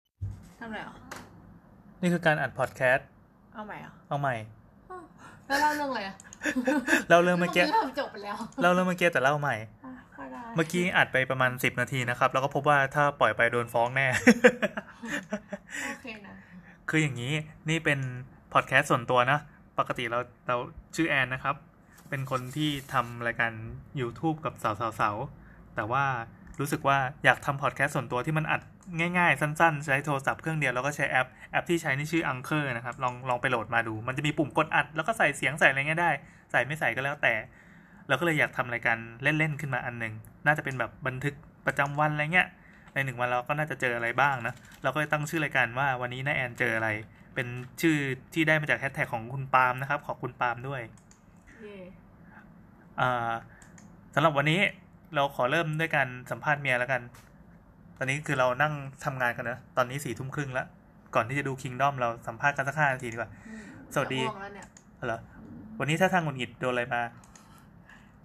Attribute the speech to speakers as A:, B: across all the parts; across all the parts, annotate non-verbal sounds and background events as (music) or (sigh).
A: ำอะไรเหรอ
B: นี่คือการอัดพอดแคสต์
A: เอาใหม่เหรอ
B: เอาใหม่
A: แล้วเล่าเรื่องอะไรอะ
B: เราเริ่มเมื่อกี้
A: เรื่องจบไปแล้ว
B: เราเริ่มเมื่อกี้แต่เล่าใหม่
A: อ่ะก็ได้
B: เมื่อกี้อัดไปประมาณ 10 นาทีนะครับ แล้วก็พบว่าถ้าปล่อยไปโดนฟ้องแน่
A: โอเคนะ
B: คืออย่างนี้นี่เป็นพอดแคสต์ส่วนตัวนะ ปกติเราเราชื่อแอนนะครับ เป็นคนที่ทำรายการ YouTube กับสาวสาวสาวแต่ว่ารู้สึกว่าอยากทำพอดแคสต์ส่วนตัวที่มันอัดง่ายๆ สั้นๆ ใช้โทรศัพท์เครื่องเดียว แล้วก็ใช้แอป แอปที่ใช้นี่ชื่อ Anchor นะครับ ลองลองไปโหลดมาดู มันจะมีปุ่มกดอัด แล้วก็ใส่เสียงใส่อะไรเงี้ยได้ ใส่ไม่ใส่ก็แล้วแต่ เราก็เลยอยากทำรายการเล่นๆขึ้นมาอันหนึ่งน่าจะเป็นแบบบันทึกประจำวันอะไรเงี้ย ในหนึ่งวันเราก็น่าจะเจออะไรบ้างนะ เราก็เลยตั้งชื่อรายการว่าวันนี้น้าแอนเจออะไร เป็นชื่อที่ได้มาจากแฮชแท็กของคุณปาล์มนะครับ ขอบคุณปาล์มด้วย
A: เย่
B: อ่าสำหรับวันนี้เราขอเริ่มด้วยการสัมภาษณ์เมียแล้วกัน ตอนนี้คือเรานั่งทำงานกันนะ ตอนนี้สี่ทุ่มครึ่งแล้ว ก่อนที่จะดูคิงดอมเราสัมภาษณ์กันสักห้านาทีดีกว่า
A: อืม
B: สวัสดี
A: จะง่งแล้วเนี่ย
B: เอาเหรอวันนี้ถ้าทางหงุดหงิดโดนอะไรมา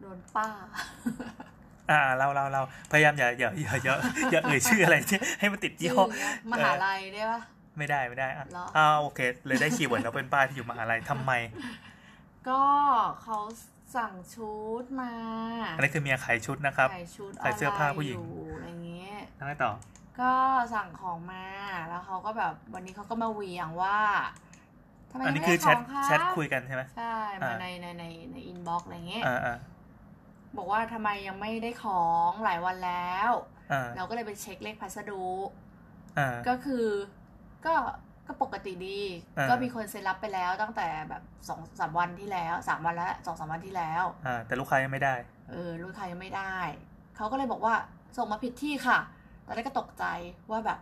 A: โดนป้า
B: อ่าเราเราเราพยายามอย่าอย่าอย่าอย่าอย่าเอ่ยชื่ออะไรที่ให้มันติดยี่
A: (laughs)
B: ห้อ
A: ชื่เนี่ยมหาลัยได้ปะ
B: ไม่ได้ไม่ได้อ่ะ
A: เหรออ่
B: อ่าโอเค เลยได้คีย์เวิร์ดแล้วเป็นป้ายที่อยู่มหาลัยทำไม
A: ก็เขาสั่งชุดมา
B: อันนี้คือเมียขายชุดนะครับ
A: ใส่ชุด
B: ใส่เสื้อผ้าผู้หญิง
A: ออนไลน์อยู่อะไรเงี้ย
B: นั่งไงต่อ
A: ก็สั่งของมาแล้วเขาก็แบบวันนี้เขาก็มาเหวียงว่าทำไม
B: อัน
A: ยัง
B: นี้
A: ไม่
B: คือ
A: ได้
B: แช
A: ข
B: ท
A: องรับ
B: แชทคุยกันใช่ไหม
A: ใช่
B: อ่า
A: มาในในในในอินบ็อกอะไรเงี้ย
B: อ่าอ่า
A: บอกว่าทำไมยังไม่ได้ของหลายวันแล้ว
B: อ่า
A: เราก็เลยไปเช็คเลขพัสดุ
B: อ่า
A: ก็คือก็ก็ปกติดี
B: อ่า
A: ก็มีคนเซ็นรับไปแล้วตั้งแต่แบบสองสามวันที่แล้วสามวันแล้วสองสามวันที่แล้ว
B: อ่า แต่ลูกค้ายังไม่ได้
A: เออลูกค้ายังไม่ได้ เขาก็เลยบอกว่าส่งมาผิดที่ค่ะ ตอนแรกก็ตกใจว่าแบบ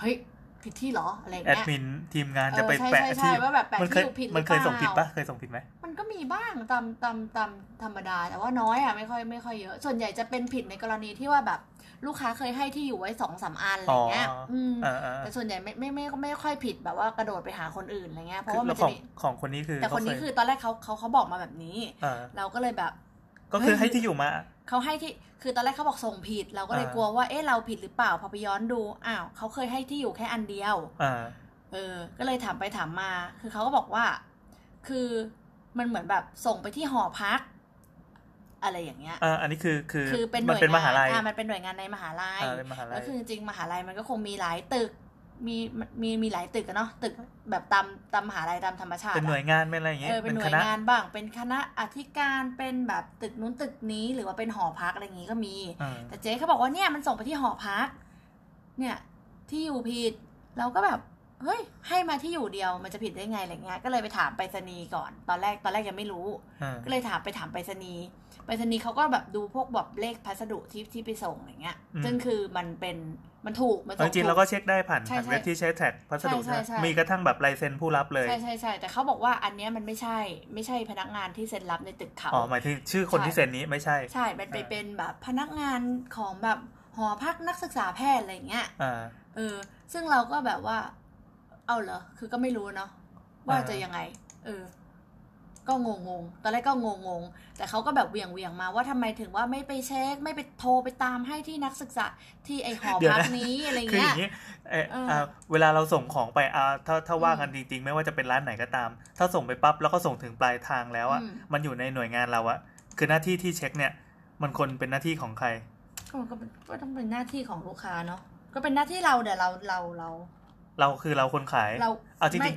A: เฮ้ย ผิดที่เหรอ อะไรอย่าง
B: แอด
A: เงี้ย
B: มินทีมงาน
A: เอ
B: จะ
A: อ
B: ไป
A: ใช่
B: แปะ
A: ใช่
B: ที่
A: ใช่ว่าแบบแปะ
B: มันเค
A: ที่อ
B: ย
A: ยู่ผิดหรือ
B: มันเคยส่งผิด
A: เป
B: ปะ
A: ล่า
B: เคยส่งผิดไหม
A: มันก็มีบ้างตามตามตามธรรมดา แต่ว่าน้อยอ่ะไม่ค่อยไม่ค่อยเยอะ ส่วนใหญ่จะเป็นผิดในกรณีที่ว่าแบบ ลูกค้าเคยให้ที่อยู่ไว้สองสามอันอะไรอย่างเงี้ยม
B: อ่าอ่า
A: แต่ส่วนใหญ่ไม่ไม่ไม่ไม่ค่อยผิดแบบว่ากระโดดไปหาคนอื่นอะไรเงี้ยเพ
B: คื
A: ราะ
B: อ
A: ว่ามั
B: แล้
A: นจะ
B: วของ
A: มี
B: ของคนนี้คือ
A: แต่คนนี้คือตอนแรกเขาเขาเขาบอกมาแบบนี้
B: อ่า
A: เราก็เลยแบบ
B: ก็คือให้ที่อยู่มา
A: เขาให้ที่ คือตอนแรกเขาบอกส่งผิด เราก็เลย
B: อ่าก ก
A: ลัวว่า เอ๊ะ เราผิดหรือเปล่า พอไปย้อนดู อ้าว เขาเคยให้ที่อยู่แค่อันเดียว
B: อ่า
A: เออ ก็เลยถามไปถามมา คือเขาก็บอกว่า คือมันเหมือนแบบส่งไปที่หอพัก อะไรอย่างเงี้ย
B: อ่า อันนี้คือคือ
A: คือเป็นห
B: มั
A: น่วย
B: เป็นมหาลัย
A: อ่ามันเป็นหน่วยงานในมหาลัย
B: อ่าเป็นมหาลั
A: ก็
B: ย
A: คือจริงๆมหาลัยมันก็คงมีหลายตึก มีมีมีหลายตึกกันเนาะ ตึกแบบตามตามมหาลัยตามธรรมชาติ
B: เป็นหน่ว
A: อะ
B: ยงานเป็นอะไรอย่างเงี้ย
A: เออเป็นหน่
B: ค
A: วย
B: ณะ
A: งานบ้างเป็นคณะอธิการเป็นแบบตึกนู้นตึกนี้หรือว่าเป็นหอพักอะไรอย่างงี้ก็มี
B: อ่า
A: แต่เจ๊เขาบอกว่าเนี่ยมันส่งไปที่หอพัก เนี่ยที่อยู่ผิดเราก็แบบเฮ้ยให้มาที่อยู่เดียวมันจะผิดได้ไงอะไรเงี้ยก็เลยไปถามไปรษณีย์ก่อน ตอนแรกตอนแรกยังไม่รู้
B: อ่า
A: ก็เลยถามไปถามไปรษณีย์ไปรษณีย์เขาก็แบบดูพวกแบบเลขพัสดุที่ที่ไปส่งอะไรเงี้ย ซึ่งคือมันเป็นมันถูกมันส่
B: เอา
A: ง
B: จริงๆ
A: ถู
B: เรา
A: ก
B: ก็เช็คได้ผ่าน
A: ใช่
B: ผ่าน
A: ใช่
B: เว็บที่ใช้แท็กพัสดุ
A: ใช่ใช่ใช่
B: มีกระทั่งแบบลายเซ็นผู้รับเลย
A: ใช่ใช่ใช่แต่เขาบอกว่าอันเนี้ยมันไม่ใช่ ไม่ใช่พนักงานที่เซ็นรับในตึกเขา
B: อ๋อหมายถึงชื่อคนที่เซ็นนี้ไม่ใช่
A: ใช่ มันไป
B: อ่า
A: เป็นแบบพนักงานของแบบหอพักนักศึกษาแพทย์อะไรอย่างเงี้ย
B: อ่า
A: เออ ซึ่งเราก็แบบว่า เอาเหรอ คือก็ไม่รู้เนาะ ว่าจะยังไง เออ ก็งงงๆตอนแรกก็งงงๆแต่เขาก็แบบเหวียงเวียงๆมาว่าทำไมถึงว่าไม่ไปเช็ค ไม่ไปโทรไปตามให้ที่นักศึกษาที่ไอหอ
B: เดี๋ยว
A: พัก
B: นะ
A: นี้อะไร
B: คืออ
A: เงี้ย
B: ย่างนี้เออ
A: เออ
B: เอ่อเวลาเราส่งของไปอ่าถ้าถ้าว่า
A: อืม
B: กันจริงๆ ไม่ว่าจะเป็นร้านไหนก็ตาม ถ้าส่งไปปั๊บแล้วก็ส่งถึงปลายทางแล้วอ่ะ
A: อืม
B: มันอยู่ในหน่วยงานเราอ่ะ คือหน้าที่ที่เช็คเนี่ย มันคนเป็นหน้าที่ของใคร
A: ก็มันก็เป็นก็ต้องเป็นหน้าที่ของลูกค้าเนาะ ก็เป็นหน้าที่เราเดี๋ยวเราเราเรา
B: เราคือเราคนขาย
A: เรา
B: เอาจ
A: ไม่
B: ริง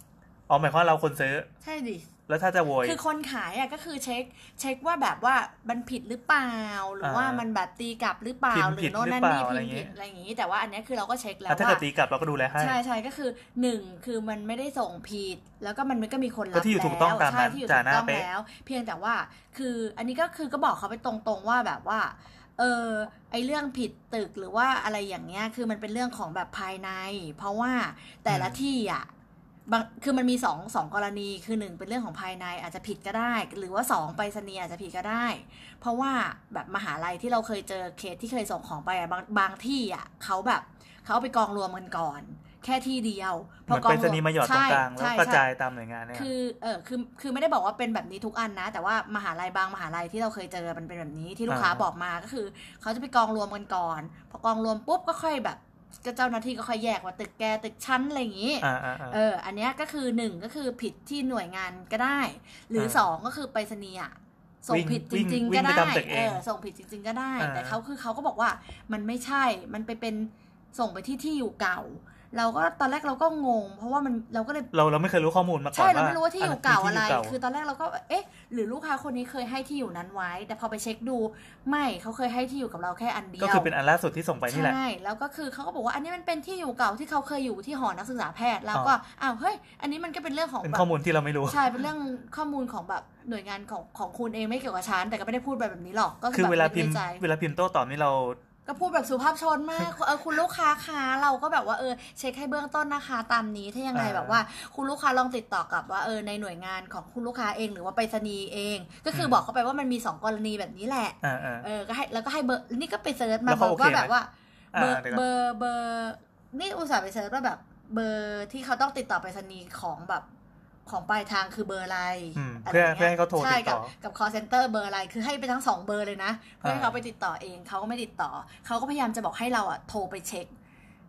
B: ๆ อ๋อหมายความว่าเราคนซื้อ
A: ใช่ดิ
B: แล้วถ้าจะโวย
A: คือคนขายอ่ะก็คือเช็คเช็คว่าแบบว่ามันผิดหรือเปล่า หรือว่า
B: อ่ามั
A: มันแบบตีกลับหรือเปล่า
B: พิมพ์
A: หรื
B: ผิ
A: อ
B: ด
A: โน่นนั่น
B: หรือ
A: นี่
B: เป
A: พิ
B: ล่าอะ
A: มพ์
B: ไรเงี้
A: ผิด
B: ย
A: อะไรอย่างนี้ แต่ว่าอันเนี้ยคือเราก็เช็คแล้ว
B: อ่ะถ้าเกิด
A: ว่า
B: ตีกลับเราก็ดูแลให้
A: ใช่ใช่ก็คือหนึ่งคือมันไม่ได้ส่งผิด แล้วก็มันก็มีคนรับ
B: ก็ที่อยู่ถูกต้องตาม
A: ใช่
B: นั้น
A: ที่อยู่
B: จ่า
A: ถูก
B: หน้า
A: ต้อง
B: เป๊ะ
A: แล้ว เพียงแต่ว่าคืออันนี้ก็คือก็บอกเขาไปตรงๆว่าแบบว่า เออไอเรื่องผิดตึกหรือว่าอะไรอย่างเงี้ยคือมันเป็นเรื่องของแบบภายใน เพราะว่าแต่ละ
B: อืม
A: ที่อ่ะบางคือมันมีสองสองกรณีคือหนึ่งเป็นเรื่องของภายในอาจจะผิดก็ได้ หรือว่าสองไปรษณีย์อาจจะผิดก็ได้ เพราะว่าแบบมหาลัยที่เราเคยเจอเคสที่เคยส่งของไปอะบางบางที่อ่ะเขาแบบเขาเอาไปกองรวมกันก่อน แค่ที่เดียว
B: เหมือนเป็นสนีย์มาหยอดตรงกลางแล้ว
A: ใช่
B: กระ
A: ใช่
B: จายตามหน่วยงานเนี่ย
A: คือเออคือ คือไม่ได้บอกว่าเป็นแบบนี้ทุกอันนะ แต่ว่ามหาลัยบางมหาลัยที่เราเคยเจอ มันเป็นแบบนี้ที่ลูกค้า
B: อ่า
A: บอกมาก็คือ เขาจะไปกองรวมกันก่อน พอกองรวมปุ๊บก็ค่อยแบบ ก็เจ้าหน้าที่ก็ค่อยแยกว่าตึกแกตึกชั้นอะไรอย่างนี้
B: อ่าอ่าอ่า
A: เออ อันเนี้ยก็คือหนึ่งก็คือผิดที่หน่วยงานก็ได้ หรืออา สองก็คือไปรษณีย์อะส่ง
B: วิ่ง
A: ผิดจริง
B: วิ่ง
A: ๆ ก็
B: วิ่งไป
A: ได้
B: ตามตึกเอง
A: ส่งผิดจริง ๆ ก็ได้
B: อ่า
A: แต่เขาคือเขาก็บอกว่ามันไม่ใช่ มันไปเป็นส่งไปที่ที่อยู่เก่า เราก็ตอนแรกเราก็งง เพราะว่ามันเราก็เลย
B: เราเราไม่เคยรู้ข้อมูลมาก่อน
A: ใช่เราไม่รู้ว่าที่อยู่เก่าอะไร
B: ที่ยู่เก่า
A: คือตอนแรกเราก็เอ๊ะ หรือลูกค้าคนนี้เคยให้ที่อยู่นั้นไว้ แต่พอไปเช็คดูไม่เขาเคยให้ที่อยู่กับเราแค่อันเดียว
B: ก็คือเป็นอันล่าสุดที่ส่งไปนี่แหละ
A: ใช่ แล้วก็คือเขาก็บอกว่าอันนี้มันเป็นที่อยู่เก่าที่เขาเคยอยู่ที่หอนักศึกษาแพทย์ แล้วก็อ้าวเฮ้ย อันนี้มันก็เป็นเรื่องของ
B: เป็น
A: แบบ
B: ข้อมูลที่เราไม่รู้
A: ใช่ เป็นเรื่องข้อมูลของแบบหน่วยงานของของคุณเองไม่เกี่ยวกับฉันแต่ก็ไม่ได้พูดไปแบบนี้หรอก ก็
B: คือ
A: แบบ
B: เวลาพิมพ์
A: ในใจ
B: เวลาพิมพ์โต้ตอบนี่เรา
A: ก็พูดแบบสุภาพชนมาก เออคุณลูกค้าคะเราก็แบบว่าเออเช็คให้เบื้องต้นนะคะตามนี้ถ้ายังไง
B: อ่า
A: แบบว่า คุณลูกค้าลองติดต่อกับว่าเออในหน่วยงานของคุณลูกค้าเองหรือว่าไปรษณีย์เอง ก็คืออ
B: ม
A: บอกเขาไปว่ามันมีสองกรณีแบบนี้แหละ
B: อ่าอ่า
A: เออ ก็ให้ แล้วก็ให้เบอร์ นี่ก็ไปเซิร์ชมา
B: แล้ว
A: บ
B: เขา
A: อก
B: โอเค
A: ว่า
B: ไหม
A: แบบว่า
B: อ่า
A: เบอร์
B: เดี๋ยวก่อน
A: เบอร์ เบอร์ นี่อุตส่าห์ไปเซิร์ชว่าแบบ เบอร์ที่เขาต้องติดต่อไปรษณีย์ของแบบ ของปลายทางคือเบอร์อะไร
B: อืม
A: ะไร
B: เพื่อ
A: งี้ย
B: เพื่อให้เขาโทร
A: ใช่
B: ติด
A: กับ
B: ต่อ
A: กับ call center เบอร์อะไร คือให้ไปทั้งสองเบอร์เลยนะ เพื่อให้
B: อ่า
A: เขาไปติดต่อเอง เขาก็ไม่ติดต่อ เขาก็พยายามจะบอกให้เราอะโทรไปเช็ค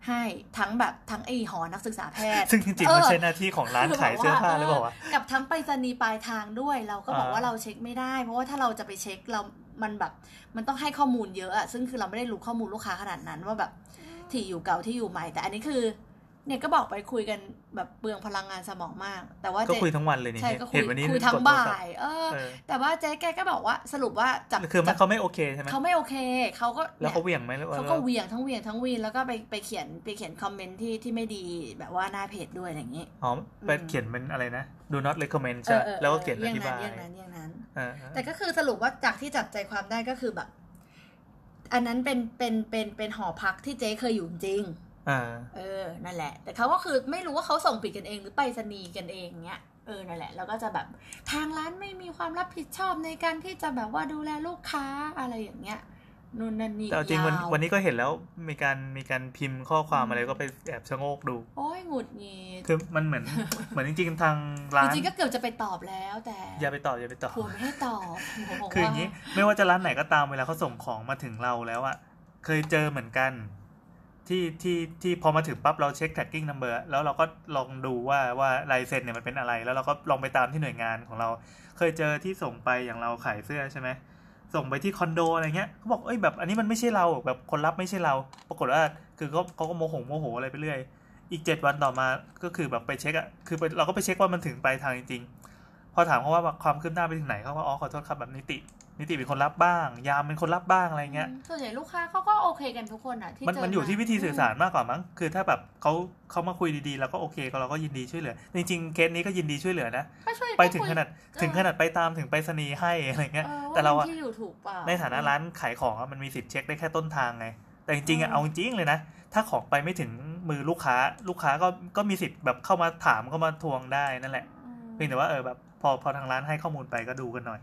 A: ให้ทั้งแบบทั้งไอหอนักศึกษาแพทย์
B: ซึ่งจริง
A: เออ
B: ๆมันใช่หน้าที่ของร้านขายเสื้อผ้าหรือเปล่าวะ
A: กับทั้งไปรษณีย์ปลายทางด้วย เราก็บอก
B: อ่า
A: ว่าเราเช็คไม่ได้ เพราะว่าถ้าเราจะไปเช็คเรา มันแบบ มันต้องให้ข้อมูลเยอะอะซึ่งคือเราไม่ได้รู้ข้อมูลลูกค้าขนาดนั้นว่าแบบที่อยู่เก่าที่อยู่ใหม่ แต่อันนี้คือ เนี่ยก็บอกไปคุยกันแบบเปลืองพลังงานสมองมาก แต่ว่า
B: ก็
A: เจ๊
B: คุยทั้งวันเลยนี่
A: ใช่ก็คุ
B: เห็
A: ย
B: นวันนี้
A: คุยทั้ง
B: กดโทร
A: บ่า
B: ศัพท์
A: ย เออ
B: เออ
A: แต่ว่าเจ๊แกก็บอกว่าสรุปว่าจับ
B: คือ
A: จั
B: มัน
A: บ
B: เขาไม่โอเคใช่ไหม
A: เขาไม่โอเคเขาก็
B: แล้วเขา
A: เนี่ย
B: เหวี่ยงไหมหรือว่า
A: เขาก็เหวียงทั้งเหวียงทั้งวีนแล้วก็ไปไปเขียนไปเขียนคอมเมนต์ที่ที่ไม่ดีแบบว่าหน้าเพจด้วยอะไรอย่างนี้
B: อ๋อไป
A: อืม
B: เขียนเป็นอะไรนะ do not recommend ใช่ไหม
A: ออออ
B: แล้วก็เขียนอธิบาย
A: เรื่องนั้นเรื่องนั้นเรื่องนั้น
B: เออ
A: แต่ก็คือสรุปว่าจากที่จับใจความได้ก็คือแบบ อันนั้นเป็นเป็นเป็นเป็นหอพักที่เจ๊เคยอยู่จริง
B: อ่า
A: เออ นั่นแหละ แต่เขาก็คือไม่รู้ว่าเขาส่งผิดกันเองหรือไปรษณีย์กันเองเนี้ย เออ นั่นแหละ แล้วก็จะแบบทางร้านไม่มีความรับผิดชอบในการที่จะแบบว่าดูแลลูกค้าอะไรอย่างเงี้ยนู่นนั่นนี่
B: แต่เอาจริงวัน
A: ยาว
B: วันนี้ก็เห็นแล้วมีการมีการพิมพ์ข้อความ
A: อืม
B: อะไรก็ไปแอบชะโงกดู
A: โอ้ยหงุดหงิด
B: คือมันเหมือน เหมือนจริงๆทางร้า
A: จ
B: น
A: ริงๆก็เกือบจะไปตอบแล้วแต่
B: อย่าไปต่ออย่าไปต่อ
A: ผัวไม่ให้ตอบผัวบอก
B: คืออย่างนี้
A: ว่า
B: ไม่ว่าจะร้านไหนก็ตามเวลาเขาส่งของมาถึงเราแล้วอะเคยเจอเหมือนกัน ที่ที่ที่พอมาถึงปั๊บเราเช็ค tracking number แล้วเราก็ลองดูว่าว่าลายเซ็นเนี่ยมันเป็นอะไร แล้วเราก็ลองไปตามที่หน่วยงานของเรา เคยเจอที่ส่งไปอย่างเราขายเสื้อใช่ไหมส่งไปที่คอนโดอะไรเงี้ยเขาบอกเอ้ยแบบอันนี้มันไม่ใช่เราแบบคนรับไม่ใช่เรา ปรากฏว่าคือเขาเขาก็โมโหโมโหอะไรไปเรื่อย อีกเจ็ดวันต่อมาก็คือแบบไปเช็คอะคือไปเราก็ไปเช็คว่ามันถึงปลายทางจริงๆ พอถามเขาว่าแบบความคืบหน้าไปถึงไหนเขาก็อ๋อขอโทษครับแบบนิติ นิติเป็นคนรับบ้าง ยามเป็นคนรับบ้างอะไรเงี้ย
A: ส่วนใหญ่ลูกค้าเขาก็โอเคกันทุกคนอ่ะที่
B: มัน
A: เจ
B: มันอยู่ที่วิธีสื่อสาร
A: ม
B: มากกว่ามั้ง คือถ้าแบบเขาเขามาคุยดีๆเราก็โอเคก็เราก็ยินดีช่วยเหลือ จริงๆเคสนี้ก็ยินดีช่วยเหลือนะ
A: ก็ช่วย
B: ไปถึงขนาด
A: คุย
B: ถึงขนาดไปตามถึงไปรษณีย์ให้อะไรเงี้ย
A: ออ
B: แต่เรา
A: ว่
B: อะ
A: นที่อยู่ถูกเปล่า
B: ในฐานะร้านขายของอะมันมีสิทธิ์เช็คได้แค่ต้นทางไง แต่จริงๆอะ
A: เออ
B: เอาจริงเลยนะ ถ้าของไปไม่ถึงมือลูกค้า ลูกค้าก็ก็มีสิทธิ์แบบเข้ามาถามเข้ามาทวงได้นั่นแหละ เพียงแต่ว่าเออแบบพอพอทางร้านให้ข้อมูลไปก็ดูกันหน่อย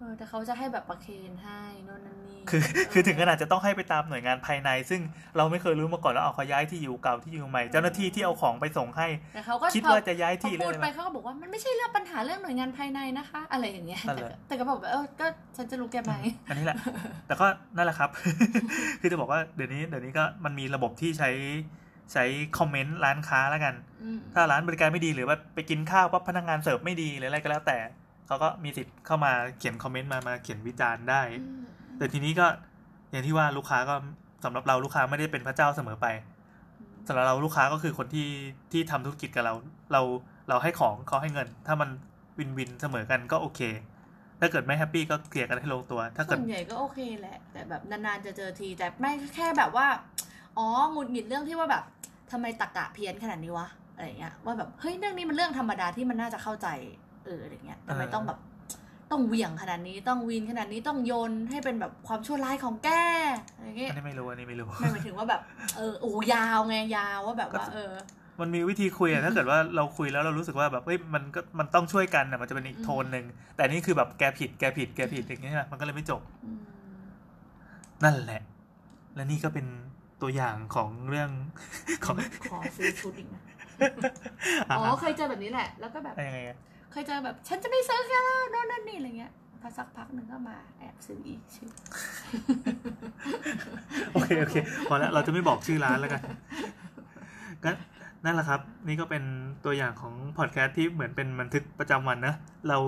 A: เออแต่เขาจะให้แบบประเคนให้โน่นนั่นนี่
B: คือ (laughs)
A: เ
B: คือถึงขนาดจะต้องให้ไปตามหน่วยงานภายใน ซึ่งเราไม่เคยรู้มาก่อนแล้วเอาเขาย้ายที่อยู่เก่าที่อยู่ใหม่ เจ้าหน้าที่ที่เอาของไปส่งให้
A: แต่เขาก็
B: คิด
A: พอ
B: ว่าจะย้ายที่
A: พอ
B: เล
A: พูด
B: ย
A: ไป
B: นะ
A: เขาก็บอกว่ามันไม่ใช่เรื่องปัญหาเรื่องหน่วยงานภายในนะคะ อะไรอย่างเงี้ย
B: นั่น
A: แต่
B: แหละ
A: ก็แต่ก็บอกว่าเออก็ฉันจะรู้แกไหม
B: อันนี้แหละ แต่ก็นั่นแหละครับ (laughs) คือจะบอกว่าเดี๋ยวนี้เดี๋ยวนี้ก็มันมีระบบที่ใช้ใช้คอมเมนต์ร้านค้าแล้วกัน
A: อืม
B: ถ้าร้านบริการไม่ดีหรือว่าไปกินข้าวปั๊บพนักงานเสิร์ฟไม่ดีหรืออะไรก็แล้วแต่เขาก็มีสิทธิ์เข้ามาเขียนคอมเมนต์มามาเขียนวิจารณ์ได้
A: อืม
B: แต่ทีนี้ก็อย่างที่ว่าลูกค้าก็สำหรับเราลูกค้าไม่ได้เป็นพระเจ้าเสมอไป สำหรับเราลูกค้าก็คือคนที่ที่ทำธุรกิจกับเรา เราเราให้ของเขาให้เงิน ถ้ามันวินวินเสมอกันก็โอเค ถ้าเกิดไม่แฮปปี้ก็เคลียร์กันให้ลงตัว ถ้าเกิ
A: ส่
B: ด
A: วนใหญ่ก็โอเคแหละ แต่แบบนานๆจะเจอทีแต่ไม่แค่แบบว่า อ๋อหงุดหงิดเรื่องที่ว่าแบบทำไมตะกะเพี้ยนขนาดนี้วะอะไรอย่างเงี้ยว่าแบบเฮ้ยเรื่องนี้มันเรื่องธรรมดาที่มันน่าจะเข้าใจเอออะไรเงี้ยทำไม
B: เออ
A: ต้องแบบต้องเหวี่ยงขนาดนี้ต้องวีนขนาดนี้ต้องโยนให้เป็นแบบความชั่วร้ายของแกอะไรเงี้ย
B: อันนี้ไม่รู้อันนี้ไม่รู้
A: ไม่หมายถึงว่าแบบเออโอ้ยาวไงยาวว่าแบบว่าเออ
B: มันมีวิธีคุย (laughs) อะถ้าเกิดว่าเราคุยแล้วเรารู้สึกว่าแบบเฮ้ยมันก็มันต้องช่วยกันอะมันจะเป็นอีก
A: อืม
B: โทนหนึ่งแต่นี่คือแบบแกผิดแกผิดแกผิดอย่างเงี้ยใช่ไหมมันก็เลยไม่จบ
A: อืม
B: นั่นแหละ และนี่ก็เป็นตัวอย่างของเรื่อง ของ
A: ขอซื้อชุดอีกนะ
B: อ๋
A: อ๋อ
B: อ
A: เคยเจอแบบนี้แหละ แล้วก็แบบ
B: ะยังไงอะ
A: เคยเจอแบบฉันจะไม่ซื้อแค่แล้วโน่นนั่นนี่อะไรเงี้ยพอสักพักหนึ่งก็มาแอบซื้ออีกชื่อ
B: โอเคโอเคพอแล้วเราจะไม่บอกชื่อร้านแล้วกัน ก็นั่นแหละครับ นี่ก็เป็นตัวอย่างของพอดแคสต์ที่เหมือนเป็นบันทึกประจำวันนะ เรา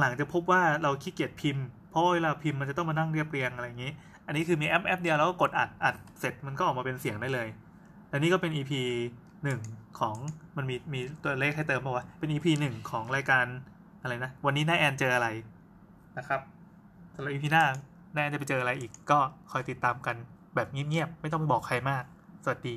B: หลังๆจะพบว่าเราขี้เกียจพิมพ์ เพราะเวลาพิมพ์มันจะต้องมานั่งเรียบเรียงอะไรอย่างนี้ อันนี้คือมีแอปแอปเดียวแล้วก็กดอัดอัดเสร็จมันก็ออกมาเป็นเสียงได้เลยและนี่ก็เป็น EP หนึ่งของมันมีมีตัวเลขให้เติมป่าวะเป็น EP หนึ่งของรายการอะไรนะ วันนี้นายแอนเจออะไรนะครับสำหรับ EP หน้านายแอนจะไปเจออะไรอีกก็คอยติดตามกันแบบเงียบๆไม่ต้องไปบอกใครมาก สวัสดี